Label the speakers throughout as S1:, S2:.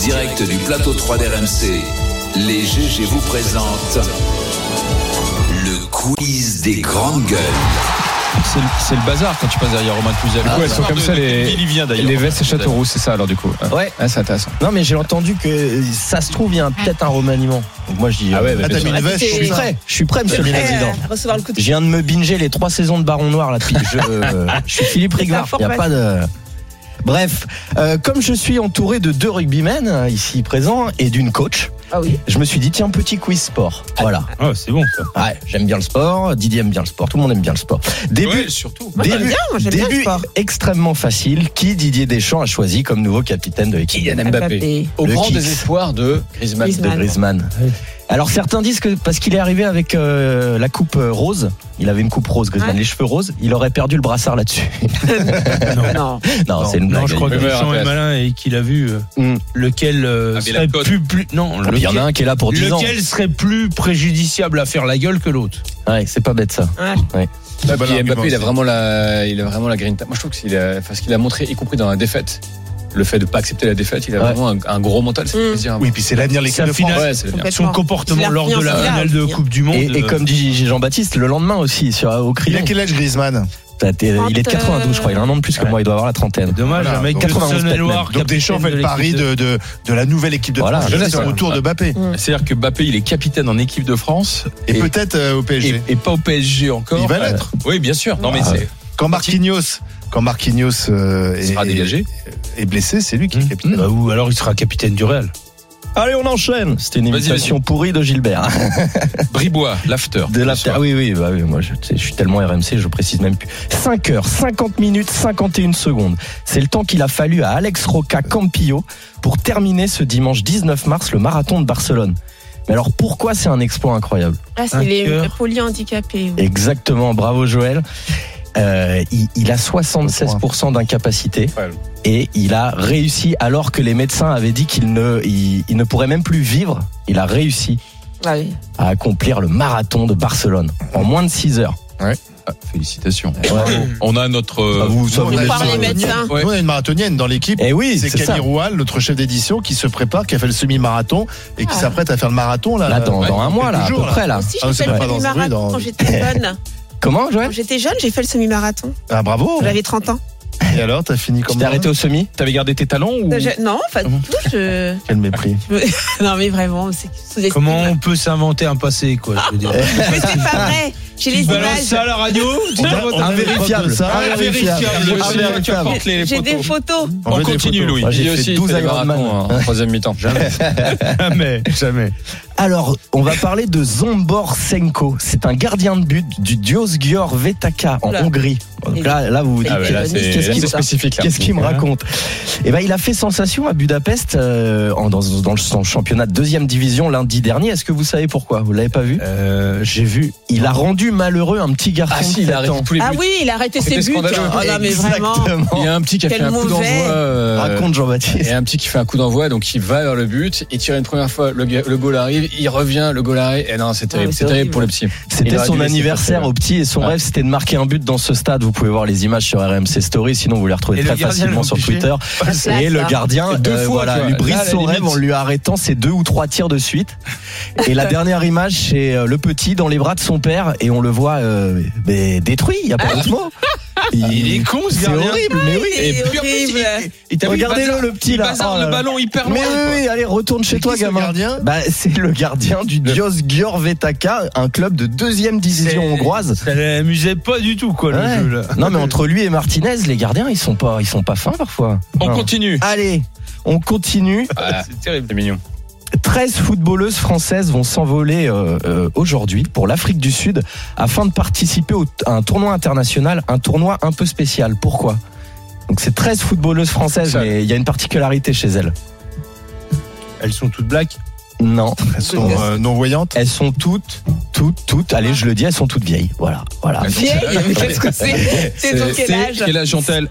S1: direct du plateau 3 d'RMC, les GG vous présentent le quiz des grandes gueules.
S2: C'est le, c'est le bazar quand tu passes derrière Romain Cluzel.
S3: Ah,
S2: Ouais, elles
S3: elles
S2: sont comme ça les,
S3: il y vient d'ailleurs.
S2: les vestes Châteauroux, c'est ça alors du coup.
S4: Ouais.
S2: Ah, c'est intéressant.
S4: Non, mais j'ai entendu que ça se trouve, il y a un- peut-être un remaniement. Donc moi, je dis.
S2: Ah ouais, bah,
S4: euh,
S2: bien
S3: sûr.
S4: je
S3: Ah,
S4: suis
S5: t'es-
S4: prêt. Je suis prêt, monsieur le
S5: prêt
S4: président.
S5: à euh, recevoir le coup de
S4: Je viens de me binger les trois saisons de Baron Noir là. depuis- Je, je suis Philippe Rigard. Il n'y a pas de. Bref, euh, comme je suis entouré de deux rugbymen euh, ici présents et d'une coach,
S5: Ah oui.
S4: je me suis dit tiens petit quiz sport. Voilà.
S3: Ah, c'est bon. ça.
S4: Ouais, j'aime bien le sport. Didier aime bien le sport. Tout le monde aime bien le sport. Début.
S3: Ouais, surtout.
S5: Moi, j'aime
S4: Début-
S5: bien, moi, j'aime bien le
S4: début
S5: sport.
S4: extrêmement facile. Qui Didier Deschamps a choisi comme nouveau capitaine de l'équipe
S2: Kylian
S5: Mbappé.
S2: Au
S4: Le
S2: grand
S4: kick.
S2: désespoir de Griezmann.
S4: de Griezmann. Alors certains disent que parce qu'il est arrivé avec euh, la coupe euh, rose, il avait une coupe rose, Griezmann,
S5: Ouais.
S4: les cheveux roses, il aurait perdu le brassard là-dessus.
S5: Non.
S4: non, Ah, c'est une blague.
S3: Non, je crois que
S2: Rumeur
S3: Jean est
S2: intéressante.
S3: malin et qu'il a vu euh,
S6: Mm.
S4: Hmm.
S3: lequel euh,
S2: Ah, mais la
S3: serait
S2: cote.
S3: plus, plus- non,
S4: Il Ah, y en a
S3: lequel,
S4: un qui est là pour 10 ans.
S3: lequel serait plus préjudiciable à faire la gueule que l'autre.
S4: Ouais, c'est pas bête ça.
S5: Ouais.
S6: Ah, bon
S2: Puis
S6: argument,
S2: Mbappé, il a
S6: ça.
S2: vraiment la, il a vraiment la grinta. Moi, je trouve que s'il a- enfin, ce qu'il a montré, y compris dans la défaite, le fait de pas accepter la défaite, il a
S4: Ouais.
S2: vraiment un, un gros mental. C'est
S5: Mm.
S2: plaisir. à voir.
S6: Oui, puis c'est l'avenir de l'équipe
S3: Sa
S6: de France.
S3: finale-
S2: Ouais, c'est bien.
S3: Son
S5: Complètement. Il
S3: comportement
S5: a
S3: lors
S5: rien
S3: de la
S5: fait, là,
S3: finale de
S5: aussi.
S3: Coupe du Monde.
S4: Et, et
S3: euh,
S4: comme dit Jean-Baptiste, le lendemain aussi, sur, au
S6: Il a
S4: crion,
S6: quel âge Griezmann
S4: t'as- t'es- il est de 92, je crois, il a un an de plus que
S3: Ouais.
S4: moi, il doit avoir la trentaine.
S3: dommage,
S6: Voilà,
S3: un mec
S6: donc-
S3: de
S4: 91
S3: Saône-et-Loire,
S6: Donc Deschamps fait
S3: capitaine
S6: le
S3: de
S6: pari
S3: l'équipe
S6: de, de, de la nouvelle équipe de
S4: Voilà,
S6: France
S2: jeunesse,
S6: au
S2: ouais.
S6: retour de Mbappé.
S7: C'est-à-dire que Mbappé, il est capitaine en équipe de France
S6: Et,
S7: Et-
S6: peut-être euh, au PSG.
S7: et, et pas au PSG encore. Euh,
S6: Il va l'être.
S7: Oui, bien sûr. Non, mais
S4: Ah,
S7: c'est
S6: Quand Marquinhos, quand Marquinhos euh, est,
S7: sera dégagé.
S6: est blessé, c'est lui qui est
S3: Mmh.
S6: capitaine.
S3: Bah, ou alors il sera capitaine du Real.
S4: Allez, on enchaîne C'était une
S7: Vas-y,
S4: imitation pourrie de Gilbert.
S7: Bribois, l'after.
S4: De la
S7: Ce soir.
S4: Ah oui, oui, bah oui, moi je, tu sais, je suis tellement RMC, je précise même plus. 5 heures, 50 minutes, 51 secondes. C'est le temps qu'il a fallu à Alex Roca Campillo pour terminer ce dimanche 19 mars le marathon de Barcelone. Mais alors pourquoi c'est un exploit incroyable
S5: Ah,
S3: Un
S5: c'est les
S3: cœur.
S5: polyhandicapés.
S4: Exactement, bravo Joël. Euh, il, il a 76% d'incapacité et il a réussi alors que les médecins avaient dit qu'il ne, il- il ne pourrait même plus vivre. Il a réussi
S5: Ouais.
S4: à accomplir le marathon de Barcelone en moins de 6 heures.
S7: Ah, félicitations.
S4: Bravo.
S7: On a notre.
S4: Ah,
S7: euh,
S4: vous, ça,
S6: Nous,
S4: vous
S6: on a
S4: l'avez
S6: une
S5: par les
S6: marathonienne.
S5: médecins.
S6: Nous, on a une marathonienne dans l'équipe.
S4: Eh oui,
S6: euh, C'est
S4: c'est ça.
S6: Camille Roual, notre chef d'édition, qui se prépare, qui a fait le semi-marathon et qui
S5: Ah.
S6: s'apprête à faire le marathon là.
S4: Là, dans,
S6: euh,
S4: dans un mois, là, à
S6: quelques jours,
S4: peu près, là.
S5: Aussi,
S6: Ah,
S5: j'ai
S6: c'est
S5: fait
S6: pas
S5: le
S6: dans- oui,
S5: semi-marathon
S6: dans-
S5: quand j'étais jeune.
S4: Comment, Joël
S5: Quand j'étais jeune, j'ai fait le semi-marathon.
S6: Ah bravo.
S5: J'avais 30 ans.
S6: Et alors, t'as fini
S4: Tu
S6: comment
S4: t'es arrêté au semi
S7: T'avais gardé tes talons ou
S5: Je- Non, enfin, tout, je...
S6: Quel mépris.
S5: Non, mais vraiment, c'est sous-estimé.
S3: Comment on peut s'inventer un passé, quoi je veux dire.
S5: Mais c'est pas vrai. J'ai les
S3: Tu balances
S5: images.
S3: ça à la radio
S6: On a- on a les photos de ça.
S2: Ah,
S3: Invérifiable.
S7: Moi aussi,
S3: Invérifiable.
S7: tu apportes les
S5: J'ai des
S7: photos.
S5: photos.
S6: On veut
S7: On
S6: des
S7: continue,
S6: photos.
S7: Louis.
S4: Ah, j'ai
S7: Lui
S4: fait
S7: aussi, il
S4: 12
S7: fait des
S4: Ironman.
S7: marathons hein, en troisième mi-temps.
S3: Jamais, jamais.
S4: Alors, on va parler de Zombor Senko. C'est un gardien de but du Diosgyör Vetaka en
S5: Oula.
S4: Hongrie. Donc là, là, vous vous dites,
S5: Ah ouais, là,
S4: qu'est-ce
S5: c'est-
S4: qu'il-
S5: là, c'est
S7: spécifique, là.
S4: Qu'est-ce qu'il me raconte Eh ben, il a fait sensation à Budapest euh, en- dans, dans le son championnat de deuxième division lundi dernier. Est-ce que vous savez pourquoi Vous l'avez pas vu
S3: J'ai vu.
S4: Il a rendu malheureux un petit garçon
S7: Ah si,
S4: de
S7: il
S4: 7
S7: a arrêté
S4: ans.
S7: tous les
S5: Ah
S7: buts.
S5: oui, il a arrêté ses
S7: C'était
S5: buts.
S7: scandaleux.
S5: Ah non, mais vraiment.
S4: Exactement.
S7: Il y a un petit qui a
S5: Quel
S7: fait un coup
S5: mauvais.
S7: d'envoi. euh,
S4: Raconte Jean-Baptiste.
S7: Il y a un petit qui fait un coup d'envoi, donc il va vers le but, il tire une première fois, le, le goal arrive, il revient, le goal arrive. Et non, c'est
S5: Ah,
S7: terrible,
S5: mais
S7: c'est
S5: c'est
S7: terrible
S5: horrible.
S7: pour le petit. Il
S4: C'était
S7: aurait
S4: son
S7: dû laisser
S4: anniversaire
S7: passer,
S4: au petit et son
S7: Ouais.
S4: rêve c'était de marquer un but dans ce stade. Vous pouvez voir les images sur RMC Story, sinon vous les retrouvez
S3: Et
S4: très
S3: le gardien
S4: facilement
S3: l'a
S4: sur
S3: empêché.
S4: Twitter.
S5: C'est
S4: Et
S5: là,
S4: le
S5: ça.
S4: gardien,
S7: Deux fois,
S4: euh,
S7: tu
S4: voilà,
S7: vois.
S4: lui
S7: Là, à
S4: brise
S7: la
S4: son
S7: limite.
S4: rêve en lui arrêtant ses deux ou trois tirs de suite. Et la dernière image, c'est euh, le petit dans les bras de son père et on le voit euh, mais détruit, il n'y a pas d'autre mot.
S3: Il est con, ce
S4: C'est
S3: gardien.
S4: horrible, mais oui.
S5: C'est horrible.
S3: Et t'as vu,
S4: Regardez-le, le petit
S7: Il
S4: là.
S7: bazarde
S4: Oh là
S7: le
S4: là.
S7: ballon hyper
S4: Mais
S7: loin.
S4: oui, oui, allez, retourne chez
S6: C'est
S4: toi,
S6: qui ce
S4: gamin.
S6: gardien
S4: Bah, c'est le gardien du Dios Vetaka, un club de deuxième division
S3: C'est-
S4: hongroise.
S3: Ça l'amusait pas du tout, quoi,
S4: Ouais.
S3: le jeu, là.
S4: Non mais entre lui et Martinez, les gardiens, ils sont pas, ils sont pas fins parfois.
S7: On
S4: Non.
S7: continue.
S4: Allez, on continue.
S7: Ah, c'est terrible, c'est mignon.
S4: 13 footballeuses françaises vont s'envoler euh, euh, aujourd'hui pour l'Afrique du Sud afin de participer au- à un tournoi international, un tournoi un peu spécial. Pourquoi Donc c'est 13 footballeuses françaises,
S7: Ça-
S4: mais il y a une particularité chez elles.
S3: Elles sont toutes black.
S4: Non,
S6: Elles sont euh, non-voyantes.
S4: elles sont toutes, toutes, toutes. Allez, je le dis, elles sont toutes vieilles. Voilà, voilà.
S5: Vieille, mais qu'est-ce que c'est C'est dans quel âge
S7: Quel âge ont-elles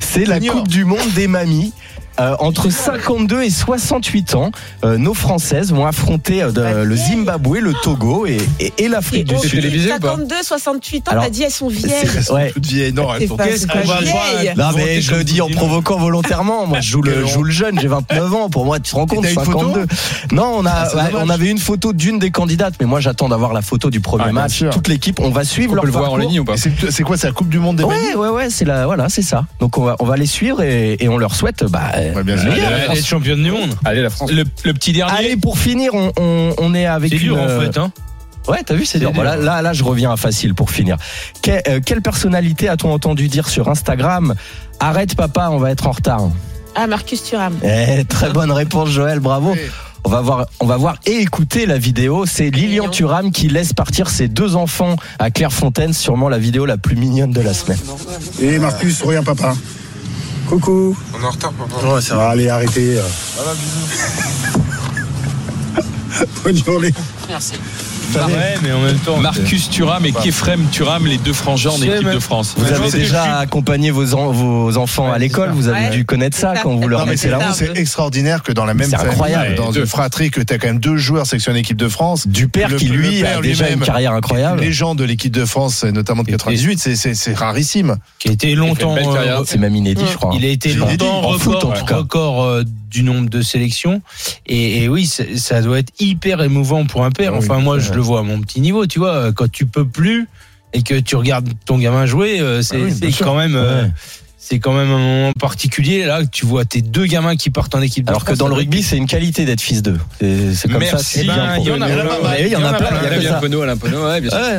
S4: C'est la
S6: Junior.
S4: Coupe du Monde des mamies. Euh, entre 52 et 68 ans, euh, nos Françaises vont affronter euh, de- le Zimbabwe, le Togo et, et- et l'Afrique du
S5: oh,
S4: Sud.
S2: télévisé ou pas
S5: 52, 68 ans,
S4: Alors,
S5: t'as dit elles sont vieilles.
S4: C'est- ouais.
S6: Toute vieille, non,
S5: C'est
S6: attends.
S5: pas-
S3: Qu'est-ce
S5: c'est
S3: qu'on
S5: pas
S3: va voir
S5: vieille.
S4: Non mais je le dis en provoquant volontairement. Moi je joue le, je joue le jeune, j'ai 29 ans. Pour moi tu te rends compte,
S6: t'as une
S4: 52. Non on a,
S6: Ah, c'est
S4: ouais,
S6: dommage.
S4: on avait une photo d'une des candidates, mais moi j'attends d'avoir la photo du premier
S6: Ah, bien
S4: match.
S6: sûr.
S4: Toute l'équipe, on va suivre
S2: On
S4: leur
S2: peut le voir en
S4: parcours.
S2: ligne ou pas
S6: Et c'est- C'est quoi, c'est la Coupe du Monde des mecs
S4: Ouais ouais ouais c'est la voilà c'est ça. Donc on va on va les suivre et, et on leur souhaite bah. euh,
S6: Ouais, bien joué.
S3: Elle elle est championne Ah, du monde.
S2: Allez, la France.
S3: Le, le petit dernier,
S4: Allez pour finir on, on, on est Ah, avec
S3: c'est dur
S4: une,
S3: en fait. Hein.
S4: Ouais, t'as vu, c'est dur. Bon, là, là, là, je reviens à facile pour finir. Que- euh, quelle personnalité a-t-on entendu dire sur Instagram Arrête, papa, on va être en retard.
S5: Ah, Marcus Thuram.
S4: Eh, très bonne réponse, Joël. Bravo. On va voir, on va voir et écouter la vidéo. C'est Lilian Thuram qui laisse partir ses deux enfants à Clairefontaine. Sûrement la vidéo la plus mignonne de la semaine.
S8: Et Marcus, reviens papa. Coucou.
S9: On est en retard, papa.
S8: Ouais, ça va. Allez, arrêtez. euh. Bonne journée.
S3: Ouais, mais en même temps.
S7: Marcus Thuram et Kefrem Thuram, les deux frangins en
S3: C'est
S7: équipe
S3: même-
S7: de France.
S4: Vous avez
S3: c'est
S4: déjà accompagné vos, en- vos enfants à l'école. Vous avez
S5: Ouais.
S4: dû connaître ça
S5: C'est ça.
S4: quand vous leur
S6: Non, mais
S4: mettez
S6: c'est
S4: la
S5: là.
S4: honte.
S6: c'est extraordinaire que dans la même
S4: C'est
S6: famille,
S4: incroyable.
S6: dans une fratrie, que tu as quand même deux joueurs section équipe de France.
S4: Du père
S6: Le-
S4: qui,
S6: le
S4: lui,
S6: père
S4: a déjà
S6: lui-même.
S4: une carrière
S6: Les
S4: incroyable.
S6: légende de l'équipe de France, notamment de 98, c'est- c'est c'est rarissime.
S3: qui a été
S2: Il
S3: longtemps.
S2: fait une belle carrière.
S3: euh,
S4: C'est même inédit, je crois.
S3: Il a été
S6: Il est
S3: longtemps
S4: inédit. En foot,
S3: record,
S4: en tout cas.
S3: record, euh, du nombre de sélections. Et, et oui, c'est- ça doit être hyper émouvant pour un père.
S4: Ah oui,
S3: Enfin, moi, je
S4: ouais.
S3: le vois à mon petit niveau, tu vois. Quand tu peux plus et que tu regardes ton gamin jouer, euh, c'est
S4: Ah oui, bien
S3: c'est
S4: sûr.
S3: quand même. euh,
S4: Ouais.
S3: C'est quand même un moment particulier là que tu vois tes deux gamins qui partent en équipe. de
S4: Alors que
S3: France,
S4: dans le
S3: ça doit
S4: rugby, c'est une qualité d'être fils d'eux. C'est c'est comme ça.
S7: Merci.
S4: c'est bien
S3: Ben,
S4: pour
S3: il y
S4: eux.
S3: en a
S4: Mais
S3: plein.
S7: Ah,
S4: oui, Il y en a plein. il y a que
S2: Alain
S4: ça.
S2: Pono, Alain Pono, ouais, bien sûr.
S4: Ouais,